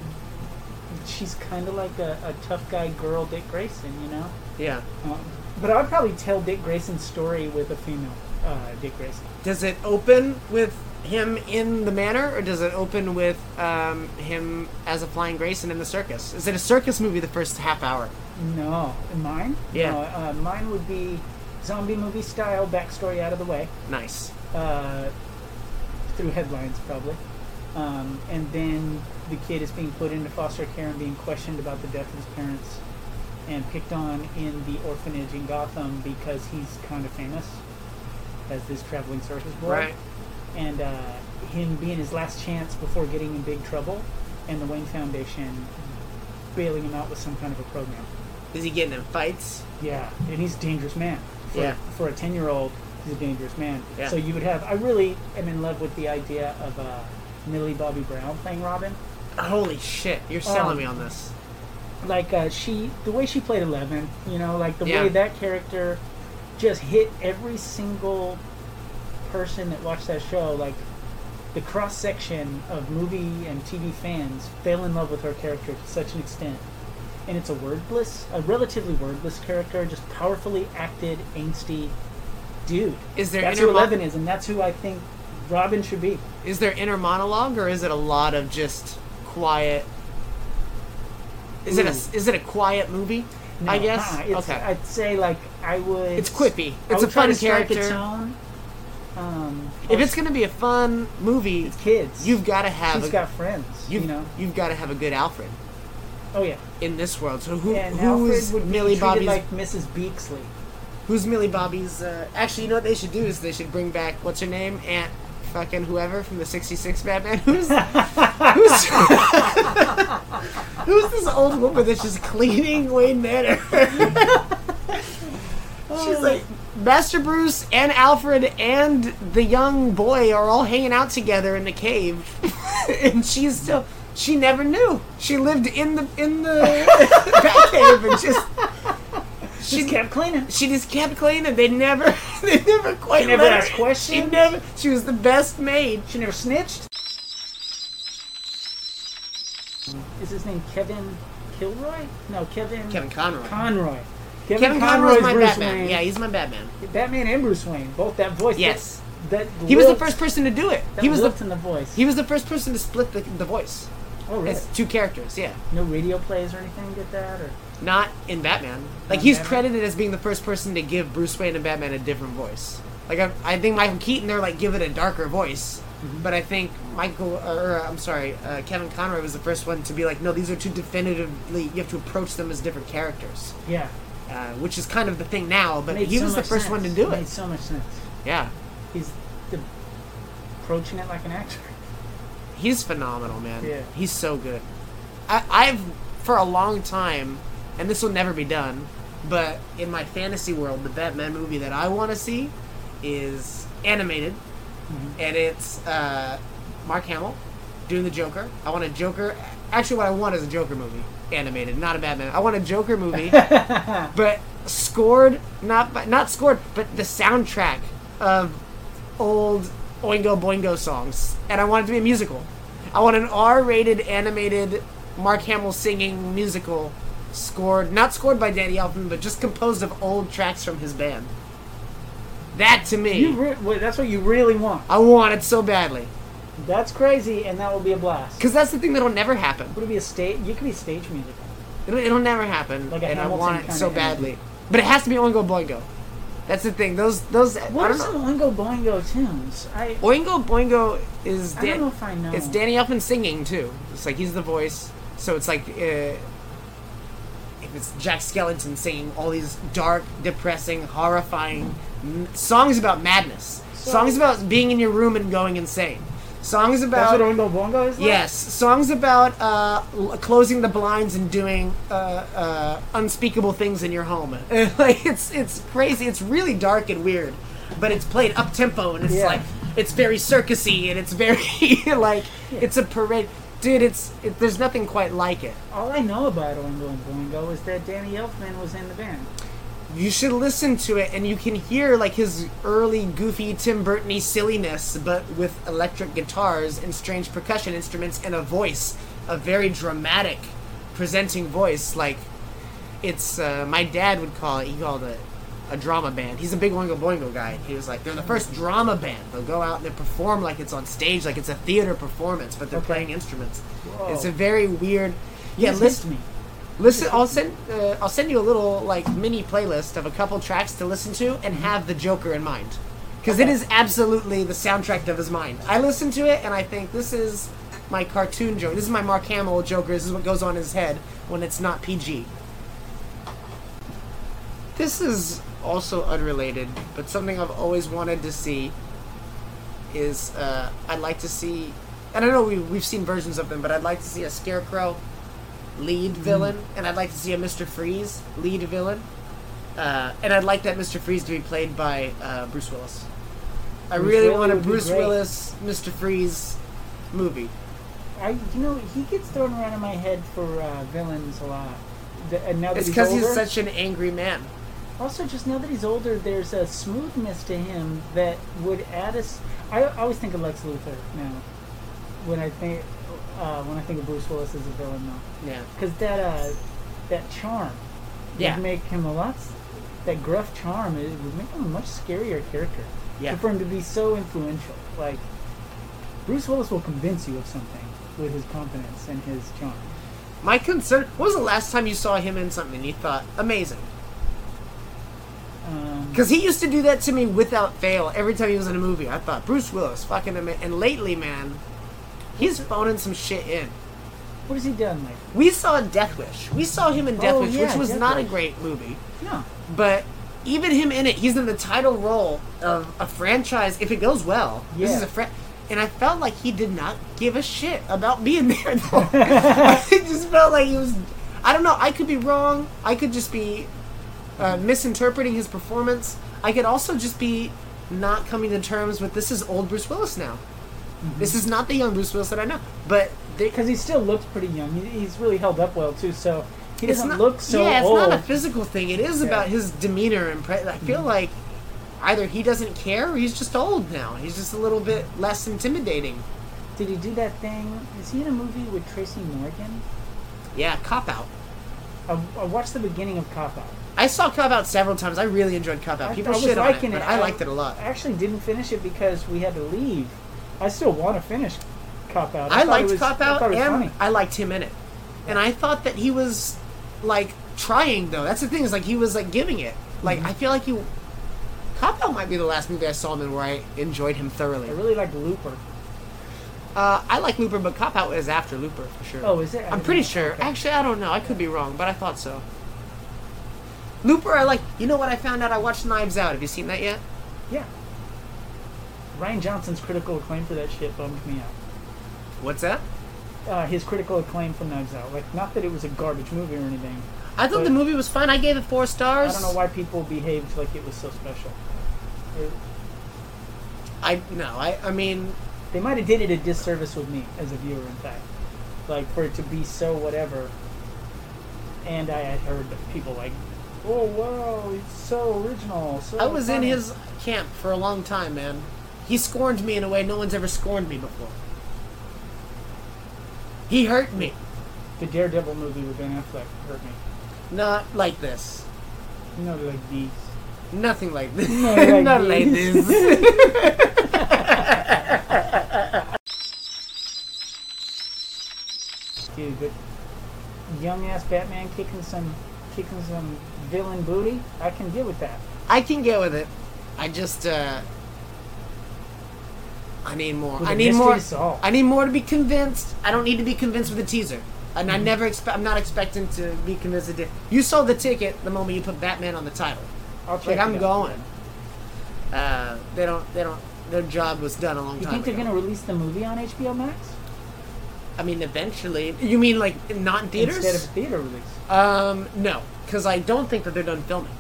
she's kind of like a, a tough guy girl, Dick Grayson, you know. Yeah. Um, but I'd probably tell Dick Grayson's story with a female uh, Dick Grayson. Does it open with him in the manor, or does it open with um, him as a flying Grayson in the circus? Is it a circus movie the first half hour? No, mine. Yeah. No, uh, mine would be zombie movie style backstory out of the way Nice. uh, through headlines probably, um, and then the kid is being put into foster care and being questioned about the death of his parents, and picked on in the orphanage in Gotham because he's kind of famous as this traveling circus boy, Right. and uh, him being his last chance before getting in big trouble, and the Wayne Foundation bailing him out with some kind of a program. Is he getting in fights? Yeah, and he's a dangerous man. For, Yeah. For a 10 year old, he's a dangerous man. Yeah. So you would have. I really am in love with the idea of uh, Millie Bobby Brown playing Robin. Holy shit! You're selling Um, me on this. Like, uh, she. The way she played Eleven, you know, like the Yeah. way that character just hit every single person that watched that show. Like, the cross section of movie and TV fans fell in love with her character to such an extent. And it's a wordless, a relatively wordless character, just powerfully acted, angsty dude. Is there that's inner who mo- Eleven is, and that's who I think Robin should be. Is there inner monologue, or is it a lot of just quiet? Is it a Ooh. is it a quiet movie? I No, guess. uh-uh, it's- okay. I'd say like I would. it's quippy. I It's would a try fun to strike a character. tone Um, If it's gonna be a fun movie, it's kids, you've got to have she's a, got friends. You, you've, know. you've got to have a good Alfred Oh yeah. in this world. So who And who Alfred is would be Millie treated Bobby's like Mrs. Beaksley. who's Millie Bobby's? Uh, actually, you know what they should do is they should bring back what's her name Aunt fucking whoever from the '66 Batman. Who's who's who's this old woman that's just cleaning Wayne Manor? She's like. Master Bruce and Alfred and the young boy are all hanging out together in the cave, and she's still. She never knew. She lived in the in the bat cave and just. She kept cleaning. She just kept cleaning. They never, they never quite. never let her- asked She questions? never. She was the best maid. She never snitched. Is his name Kevin Kilroy? No, Kevin. Kevin Conroy. Conroy. Kevin, Kevin Conroy's Conroy's my Bruce Batman. Wayne. Yeah, he's my Batman. Batman and Bruce Wayne, both that voice. Yes. That, that He was the lilt- first person to do it. That He was the lilt in the voice. he was the first person to split the, the voice. oh, really? It's two characters. Yeah, No radio plays or anything. Get that or not in Batman. Like Not he's Batman. credited as being the first person to give Bruce Wayne and Batman a different voice. Like I, I think Michael Keaton, they're like give it a darker voice. Mm-hmm. But I think Michael, or uh, I'm sorry, uh, Kevin Conroy was the first one to be like, no, these are two definitively. You have to approach them as different characters. yeah. uh, which is kind of the thing now, but Made he so was the much first one to sense. do Made it. so much sense. Yeah. He's the, approaching it like an actor. He's phenomenal, man. Yeah. He's so good. I, I've, for a long time, and this will never be done, but in my fantasy world, the Batman movie that I want to see is animated, and it's uh, Mark Hamill doing the Joker. I want a Joker. Actually, what I want is a Joker movie, animated, not a Batman. I want a Joker movie, but scored not by, not scored, but the soundtrack of old Oingo Boingo songs, and I want it to be a musical. I want an R-rated animated Mark Hamill singing musical, scored not scored by Danny Elfman, but just composed of old tracks from his band. That to me, You re- wait, that's what you really want. I want it so badly. That's crazy, and that will be a blast. Because that's the thing that'll never happen. Would it be a stage? You could be stage music. It'll, it'll never happen. Like a and I Hamilton want it kinda so energy. badly. But it has to be Oingo Boingo. That's the thing. Those, those, I What are don't some know. Oingo Boingo tunes? I Oingo Boingo is I don't know Dan- if I know. it's Danny Elfman singing too. It's like he's the voice. So it's like, uh, if it's Jack Skellington singing all these dark, depressing, horrifying m- songs about madness. songs about being in your room and going insane. Songs That's about. what Oingo Boingo is. Like? Yes, songs about uh, l- closing the blinds and doing uh, uh, unspeakable things in your home. like it's it's crazy. It's really dark and weird, but it's played up tempo and it's Yeah. like it's very circusy and it's very like it's a parade. Dude, it's it, there's nothing quite like it. All I know about Oingo and Boingo is that Danny Elfman was in the band. You should listen to it, and you can hear like his early goofy Tim Burtony silliness, but with electric guitars and strange percussion instruments and a voice, a very dramatic, presenting voice. Like it's uh, my dad would call it. He called it a drama band. He's a big Oingo Boingo guy. He was like, they're the first drama band. They'll go out and they perform like it's on stage, like it's a theater performance, but they're Okay. playing instruments. Whoa. It's a very weird. Yeah, Just listen. hit me. Listen, I'll send uh, I'll send you a little like mini playlist of a couple tracks to listen to and have the Joker in mind, because it Okay. is absolutely the soundtrack of his mind. I listen to it and I think this is my cartoon Joker. This is my Mark Hamill Joker. This is what goes on in his head when it's not PG. This is also unrelated, but something I've always wanted to see is uh, I'd like to see. And I know we, we've seen versions of them, but I'd like to see a Scarecrow lead Mm-hmm. villain, and I'd like to see a Mr. Freeze lead villain. Uh, and I'd like that Mr. Freeze to be played by uh, Bruce Willis. I Bruce really Willis want a would be Bruce great. Willis Mr. Freeze movie. I, you know, he gets thrown around in my head for uh, villains a lot. The, and now that It's he's because he's older- such an angry man. Also, just now that he's older, there's a smoothness to him that would add us. I I always think of Lex Luthor now when I think uh, when I think of Bruce Willis as a villain, though, Yeah. because that uh, that charm Yeah. would make him a lot. s- That gruff charm it would make him a much scarier character. Yeah. And for him to be so influential, like Bruce Willis will convince you of something with his confidence and his charm. My concern. When was the last time you saw him in something and you thought amazing? Um, Because he used to do that to me without fail every time he was in a movie. I thought Bruce Willis fucking him. And lately, man, he's phoning some shit in. What has he done like? We saw Death Wish. We saw him in Death Oh, Wish, yeah, which was Death not a Wish. great movie. No. But even him in it, he's in the title role of a franchise. If it goes well, this Yeah. is a fran. And I felt like he did not give a shit about being there. Though. I just felt like he was. I don't know. I could be wrong. I could just be uh, misinterpreting his performance. I could also just be not coming to terms with this is old Bruce Willis now. This is not the young Bruce Willis that I know. But they, Because he still looks pretty young. He, he's really held up well too. So he It's doesn't not- look so yeah, it's old. Mm-hmm. not a physical thing. It is about his demeanor and pre- I feel like either he doesn't care or he's just old now. He's just a little bit less intimidating. Did he do that thing? Is he in a movie with Tracy Morgan? Yeah, cop out. I, I watched the beginning of Cop Out. I saw cop out several times. I really enjoyed cop out. I- People I was shit on it, liking but it. I I- liked it a lot. I actually didn't finish it because we had to leave. I still want to finish Cop Out. I, thought it liked was- cop I out thought it was and funny. I liked him in it. And I thought that he was like trying though. That's the thing is like he was like giving it. Mm-hmm. Like I feel like he cop out might be the last movie I saw him in where I enjoyed him thoroughly. I really like Looper. Uh, I like Looper, but Cop Out is after Looper for sure. Oh, is it? I I'm didn't pretty know. sure. Okay. Actually, I don't know. I could be wrong, but I thought so. Looper, I like. You know what I found out? I watched Knives Out. Have you seen that yet? Yeah. Ryan Johnson's critical acclaim for that shit bummed me out. What's that? Uh, his critical acclaim for Knives Out. Like, not that it was a garbage movie or anything. I thought But- the movie was fun. I gave it four I stars. don't know why people behaved like it was so special. It- I no. I I mean, they might have did it a disservice with me as a viewer, in fact. Like, for it to be so whatever. And I had heard that people like, oh, wow, it's so original. So I was in funny." his camp for a long time, man. He scorned me in a way no one's ever scorned me before. He hurt me. The Daredevil movie with Ben Affleck hurt me. Not like this. You know, like these. Nothing like this. Not like Not like this. this. Dude, but young ass Batman kicking some kicking some villain booty, I can get with that. I can get with it. I just uh I need more. With I a need mystery more. solved. I need more to be convinced. I don't need to be convinced with a teaser. And Mm-hmm. I never expect. I'm not expecting to be convinced. Of it. You sold the ticket the moment you put Batman on the title. I'll check. Like it I'm out. going. Uh, they don't. They don't. Their job was done a long You time think they're ago. gonna release the movie on HBO Max I mean, eventually. You mean like not in theaters? instead of a theater release? um, no, because I don't think that they're done filming.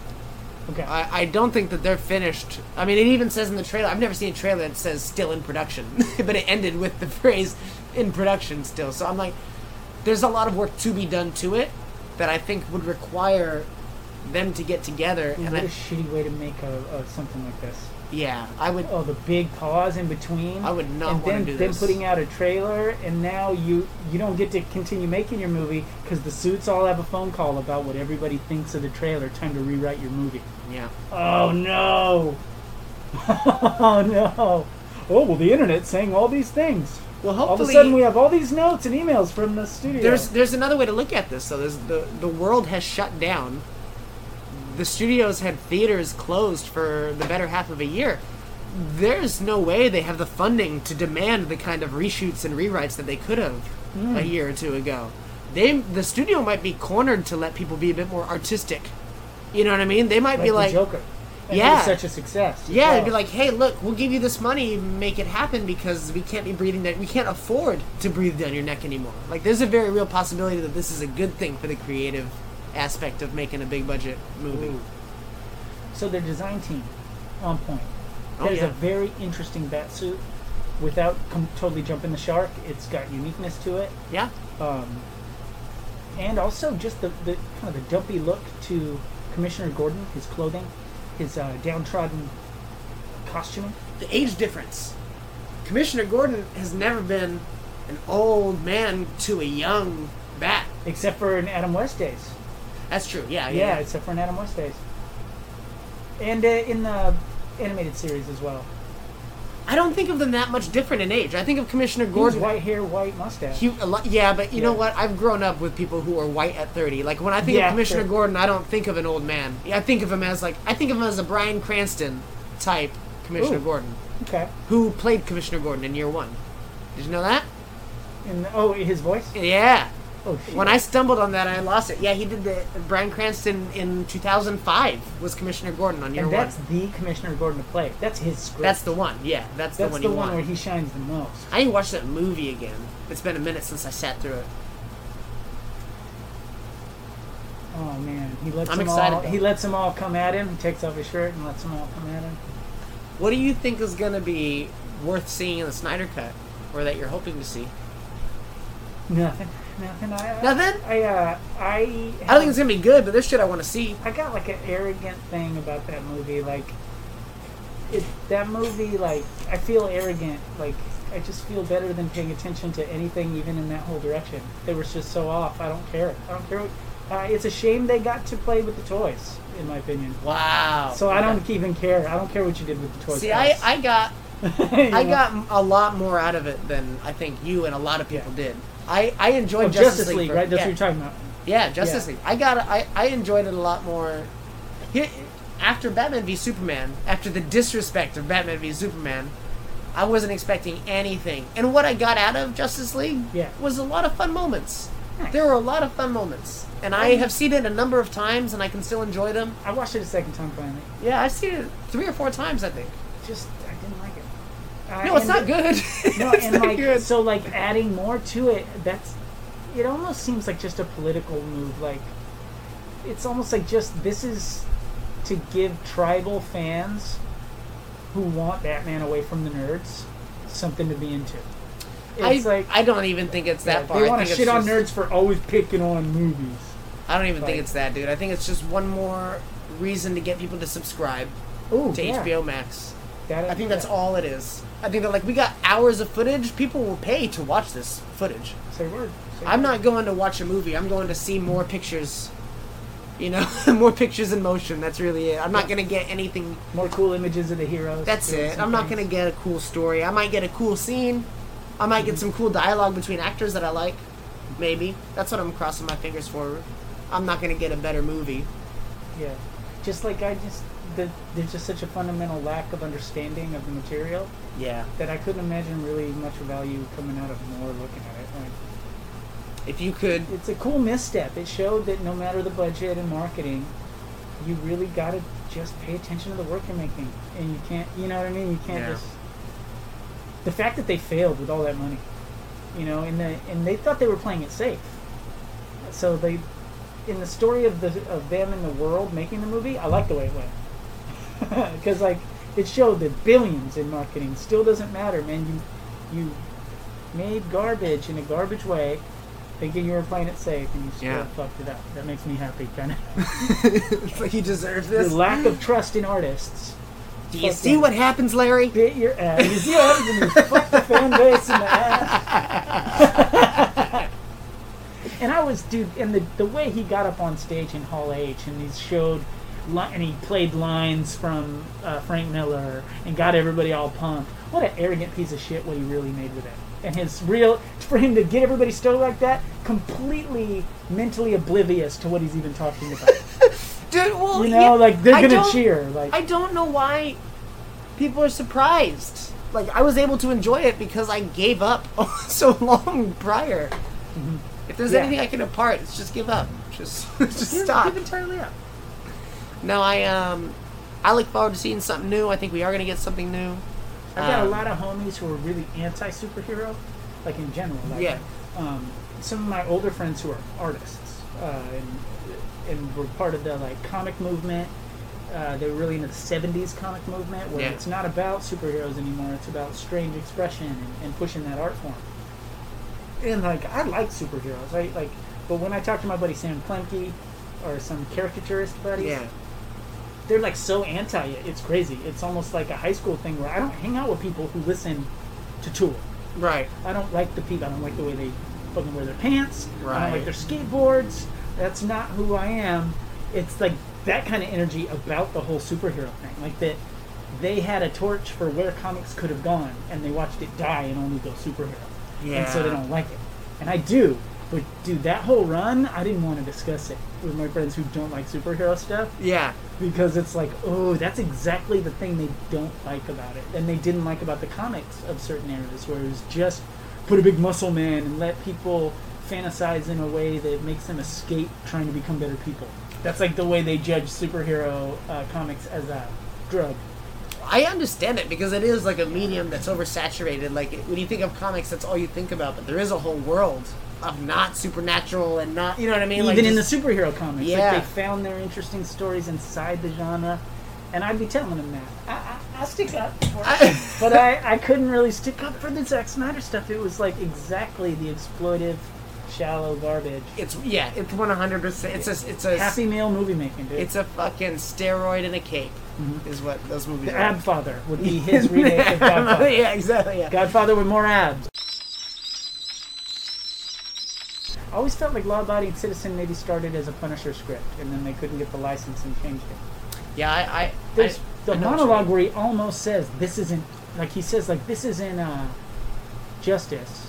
Okay. I, I don't think that they're finished. I mean, it even says in the trailer. I've never seen a trailer that says "still in production," but it ended with the phrase "in production still." So I'm like, there's a lot of work to be done to it that I think would require them to get together. Dude, And what a I, shitty way to make a, a something like this. yeah, I would. Oh, the big pause in between. I would not And wanna then, do then this. putting out a trailer, and now you you don't get to continue making your movie because the suits all have a phone call about what everybody thinks of the trailer. Time to rewrite your movie. Yeah, Oh no! oh no! Oh well, the internet's saying all these things. Well, all of a hopefully- sudden we have all these notes and emails from the studio. there's there's another way to look at this. though. there's the the world has shut down. The studios had theaters closed for the better half of a year. There's no way they have the funding to demand the kind of reshoots and rewrites that they could have Hmm. a year or two ago. They the studio might be cornered to let people be a bit more artistic. You know what I mean? They might like be the like, Joker. And it Yeah. was such a success. as yeah, well. they'd be like, hey, look, we'll give you this money, make it happen because we can't be breathing that. We can't afford to breathe down your neck anymore. Like, there's a very real possibility that this is a good thing for the creative aspect of making a big budget movie. Ooh. So their design team, on point. Oh, There's yeah. a very interesting bat suit. Without com- totally jumping the shark, it's got uniqueness to it, Yeah, um, and also just the, the kind of the dumpy look to Commissioner Gordon, his clothing, his uh, downtrodden costuming. the age difference. Commissioner Gordon has never been an old man to a young bat. Except for in Adam West days. That's true. Yeah, Yeah, Oh, yeah. except for in Adam West days. And uh, in the animated series as well. I don't think of them that much different in age. I think of Commissioner He's Gordon. white hair, white mustache. He, a lot, yeah, but you know Yeah. what? I've grown up with people who are white at 30. Like, when I think Yeah, of Commissioner sure. Gordon, I don't think of an old man. I think of him as, like, I think of him as a Brian Cranston type Commissioner Ooh. Gordon, okay. who played Commissioner Gordon in year one. Did you know that? And oh, his voice. Yeah. Oh shit. When I stumbled on that, I lost it. Yeah, he did the. Brian Cranston in 2005 was Commissioner Gordon on year and one. that's the Commissioner Gordon to play. That's his script. That's the one. Yeah, that's, the That's one the you one want. where he shines the most. I need to watch that movie again. It's been a minute since I sat through it. Oh man, he lets I'm them excited, all. though. He lets them all come at him. He takes off his shirt and lets them all come at him. What do you think is going to be worth seeing in the Snyder Cut, or that you're hoping to see? Nothing, nothing. I, I- Nothing? I uh, I. I don't think it's going to be good, but there's shit I want to see. I got like an arrogant thing about that movie. Like, it, that movie, like, I feel arrogant. Like, I just feel better than paying attention to anything, even in that whole direction. They were just so off. I don't care. I don't care. What, uh, it's a shame they got to play with the toys, in my opinion. Wow. So I don't even care. I don't care what you did with the toys. See, I, guys. I got You I know? got a lot more out of it than I think you and a lot of people did. I, I enjoyed Oh, Justice, Justice, League, for- right? That's yeah. what you're talking about. Yeah, Justice Yeah. League. I got. I I enjoyed it a lot more. Here, after Batman v Superman, after the disrespect of Batman v Superman, I wasn't expecting anything. And what I got out of Justice League Yeah. was a lot of fun moments. Nice. There were a lot of fun moments, and I have seen it a number of times, and I can still enjoy them. I watched it a second time finally. Yeah, I've seen it three or four times, I think. Just I didn't like it. I No, it's ended- not good. No, it's and not like good. so, like adding more to it. That's it. Almost seems like just a political move. Like it's almost like just this is to give tribal fans who want Batman away from the nerds something to be into. I, It's like I don't even think it's that far. they I want to think it's shit on just- nerds for always picking on movies. I don't even Like- think it's that, dude. I think it's just one more reason to get people to subscribe Ooh, to yeah. HBO Max. That- I think that's all it is. I think that like we got hours of footage. People will pay to watch this footage. Say word. Say I'm word. not going to watch a movie. I'm going to see more pictures. You know, more pictures in motion. That's really it. I'm not gonna get anything. More cool images of the heroes. That's doing it. some I'm not things. gonna get a cool story. I might get a cool scene. I might Mm-hmm. get some cool dialogue between actors that I like. Maybe that's what I'm crossing my fingers for. I'm not gonna get a better movie. Yeah, just like I just the, there's just such a fundamental lack of understanding of the material Yeah. that I couldn't imagine really much value coming out of more looking at it. Like, If you could, it's a cool misstep. It showed that no matter the budget and marketing, you really got to just pay attention to the work you're making, and you can't. You know what I mean? You can't Yeah. just. The fact that they failed with all that money, you know, and the and they thought they were playing it safe, so they. In the story of the of them in the world making the movie, I like the way it went. because like it showed that billions in marketing still doesn't matter man you you made garbage in a garbage way thinking you were playing it safe and you still Yeah. fucked it up that makes me happy kind of it's like you deserve the this. lack of trust in artists Do you see what happens, Larry? bit your ass you see what happens when you fuck the fan base in the ass and i was dude and the, the way he got up on stage in hall h and he showed li- and he played lines from uh, frank miller and got everybody all pumped what an arrogant piece of shit what he really made with it and his real for him to get everybody stoked like that completely mentally oblivious to what he's even talking about Dude, well, you yeah, know like they're I gonna don't- cheer like I don't know why people are surprised. Like I was able to enjoy it because I gave up so long prior. Mm-hmm. If there's Yeah. anything I can impart, it's just give up. Just, just give- stop. give entirely up No, I um, I look forward to seeing something new. I think we are gonna get something new. I've got a Um, lot of homies who are really anti superhero, like in general. Like, Yeah. Um, some of my older friends who are artists uh, and, and were part of the like comic movement. Uh, they were really into the '70s comic movement, where Yeah. it's not about superheroes anymore. It's about strange expression and, and pushing that art form. And like, I like superheroes. I like, but when I talk to my buddy Sam Plemke or some caricaturist buddies, Yeah. they're like so anti it. It's crazy. It's almost like a high school thing where I don't hang out with people who listen to Tool. Right. I don't like the people. I don't like the way they fucking wear their pants. I don't Right. like their skateboards. That's not who I am. It's like that kind of energy about the whole superhero thing. Like that they had a torch for where comics could have gone, and they watched it die and only go superhero. And so they Yeah. don't like it. And I do. But, dude, that whole run, I didn't want to discuss it with my friends who don't like superhero stuff Yeah. because it's like, oh, that's exactly the thing they don't like about it, and they didn't like about the comics of certain eras, where it was just put a big muscle man and let people fantasize in a way that makes them escape trying to become better people. That's like the way they judge superhero uh, comics as a drug. I understand it because it is like a medium that's oversaturated. Like when you think of comics, that's all you think about. But there is a whole world of not supernatural and not, you know what I mean? like Even in the just- superhero comics, Yeah. like they found their interesting stories inside the genre, and I'd be telling them that. I, I, I stick up for it. but I, I couldn't really stick up for the Zack Snyder stuff. It was like exactly the exploitive, shallow garbage. it's yeah, it's one hundred percent. It's a it's a Happy Meal movie making, dude. it's a fucking steroid in a cape is what those movies Mm-hmm. the are. Ab Father would be his remake of Godfather. yeah, exactly. Yeah. Godfather with more abs. I always felt like Law Abiding Citizen maybe started as a Punisher script, and then they couldn't get the license and changed it. Yeah, I. I There's I- the I know what you monologue mean. where he almost says, "This isn't like he says like this isn't uh, justice,"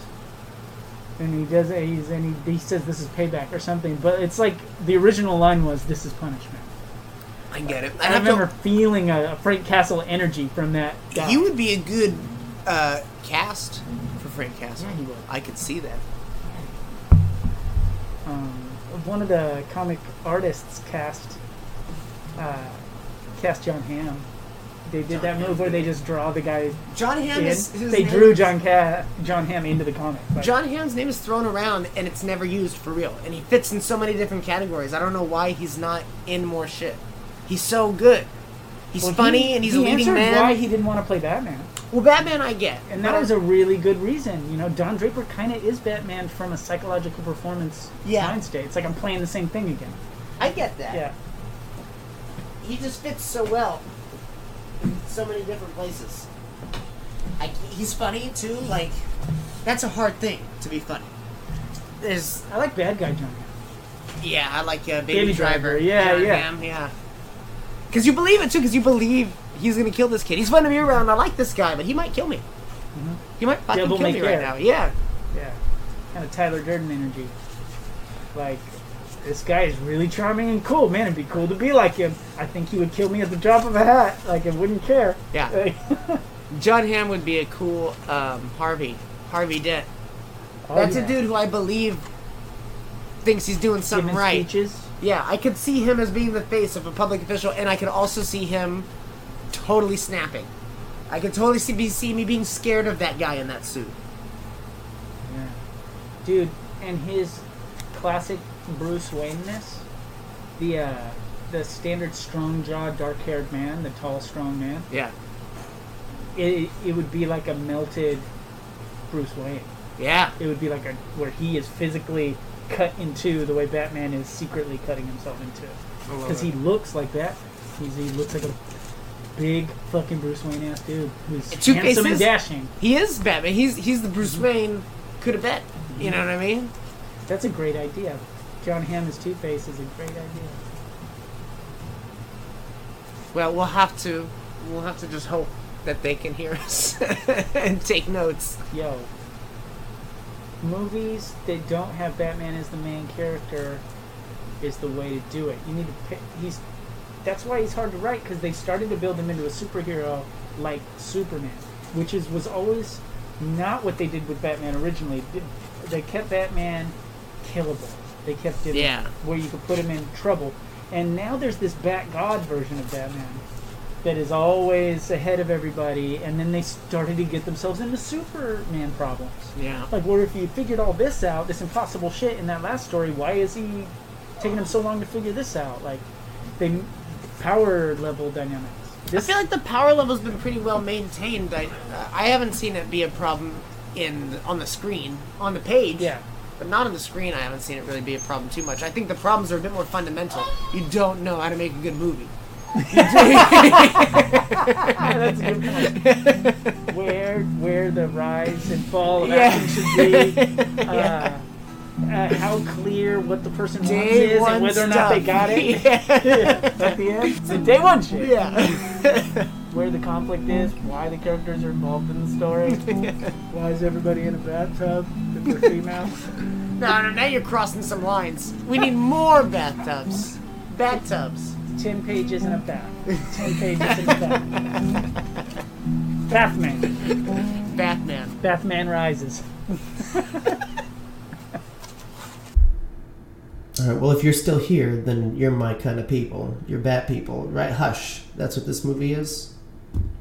and he does he's and he, he says this is payback or something. But it's like the original line was, "This is punishment." I get it. And I have to- remember feeling a, a Frank Castle energy from that. Guy. He would be a good uh, cast for Frank Castle. Yeah, he would. I could see that. um, one of the comic artists cast uh, cast John Hamm. They did that move where they just draw the guy. John Hamm In. is. his They name drew is- John Ca- John Hamm into the comic. Like, John Hamm's name is thrown around and it's never used for real. And he fits in so many different categories. I don't know why he's not in more shit. He's so good. He's Well, he- funny and he's a he leading answered man. Why he didn't want to play Batman, well, Batman, I get. and but that I- was a really good reason. You know, Don Draper kind of is Batman from a psychological performance Yeah. mind state. It's like I'm playing the same thing again. I get that. Yeah, He just fits so well in so many different places. I, he's funny too. Like that's a hard thing to be funny. There's I like bad guy John. yeah, I like uh, Baby, Baby Driver. Driver, yeah, John yeah. Hamm, yeah. Because you believe it too. Because you believe he's gonna kill this kid. He's fun to be around. I like this guy, but he might kill me. He might fucking Mm-hmm. Devil kill may me care. right now. Yeah. Yeah, kind of Tyler Durden energy. Like, this guy is really charming and cool. Man, it'd be cool to be like him. I think he would kill me at the drop of a hat. Like, I wouldn't care. Yeah. Like, John Hamm would be a cool um, Harvey. Harvey Dent. oh, That's yeah. a dude who I believe thinks he's doing something Giving right. Speeches. Yeah, I could see him as being the face of a public official, and I could also see him totally snapping. I could totally see, be, see me being scared of that guy in that suit. Yeah. Dude, and his classic Bruce Wayne-ness, the uh, the standard strong jaw, dark haired man, the tall, strong man, Yeah. it, it would be like a melted Bruce Wayne. Yeah. It would be like a where he is physically cut into the way Batman is secretly cutting himself into. Because he looks like that. He's, he looks like a big fucking Bruce Wayne ass dude who's Two handsome faces? and dashing. He is Batman. He's he's the Bruce Wayne could have bet. You know what I mean? That's a great idea. John Hamm as Two Face is a great idea. Well, we'll have to we'll have to just hope that they can hear us and take notes. yo movies that don't have batman as the main character is the way to do it you need to pick he's that's why he's hard to write because they started to build him into a superhero like superman which is was always not what they did with batman originally Did- they kept batman killable they kept him Yeah. where you could put him in trouble and now there's this bat god version of batman that is always ahead of everybody, and then they started to get themselves into Superman problems. Yeah. Like, what if you figured all this out, this impossible shit in that last story? Why is he taking him so long to figure this out? Like, they power level dynamics. I This feel like the power level's been pretty well maintained. I I haven't seen it be a problem in on the screen on the page. Yeah. But not on the screen, I haven't seen it really be a problem too much. I think the problems are a bit more fundamental. You don't know how to make a good movie. that's a good point. where where the rise and fall of Yeah. action should be. Uh, uh, how how clear what the person Day wants is one and whether or not they stuff. got it. Yeah. At the end, it's a day one shit. yeah. Where the conflict is, why the characters are involved in the story, why is everybody in a bathtub if they're female. no, no, now you're crossing some lines. We need more bathtubs. Bathtubs. Ten pages in a bath. Ten pages in a bath. Bathman. Batman. Bathman rises. All right. Well, if you're still here, then you're my kind of people. You're bat people, right? Hush. That's what this movie is.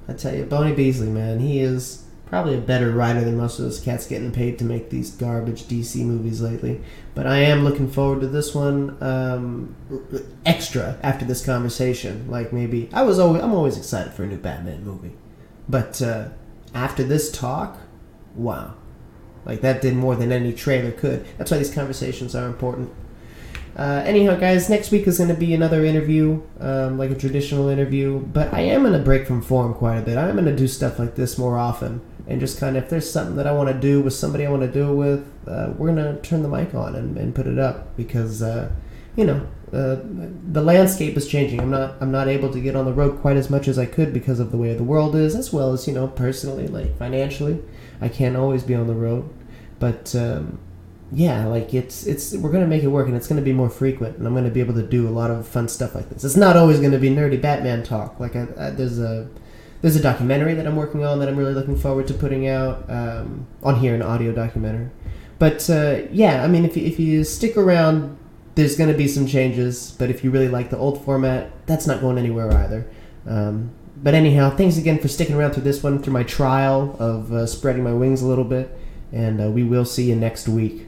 I tell you, Bonnie Beasley, man, he is probably a better writer than most of those cats getting paid to make these garbage DC movies lately. But I am looking forward to this one um, r- r- extra after this conversation. Like maybe I was always I'm always excited for a new Batman movie, but uh, after this talk, wow, like that did more than any trailer could. That's why these conversations are important. Uh, anyhow, guys, next week is going to be another interview, um, like a traditional interview. But I am going to break from form quite a bit. I'm going to do stuff like this more often, and just kind of if there's something that I want to do with somebody I want to do it with, uh, we're going to turn the mic on and, and put it up because uh, you know uh, the landscape is changing. I'm not I'm not able to get on the road quite as much as I could because of the way the world is, as well as you know personally, like financially, I can't always be on the road, but. Um, yeah, like it's it's we're gonna make it work, and it's gonna be more frequent, and I'm gonna be able to do a lot of fun stuff like this. It's not always gonna be nerdy Batman talk. Like I, I, there's a there's a documentary that I'm working on that I'm really looking forward to putting out um, on here, an audio documentary. But uh, yeah, I mean, if you, if you stick around, there's gonna be some changes. But if you really like the old format, that's not going anywhere either. Um, but anyhow, thanks again for sticking around through this one, through my trial of uh, spreading my wings a little bit, and uh, we will see you next week.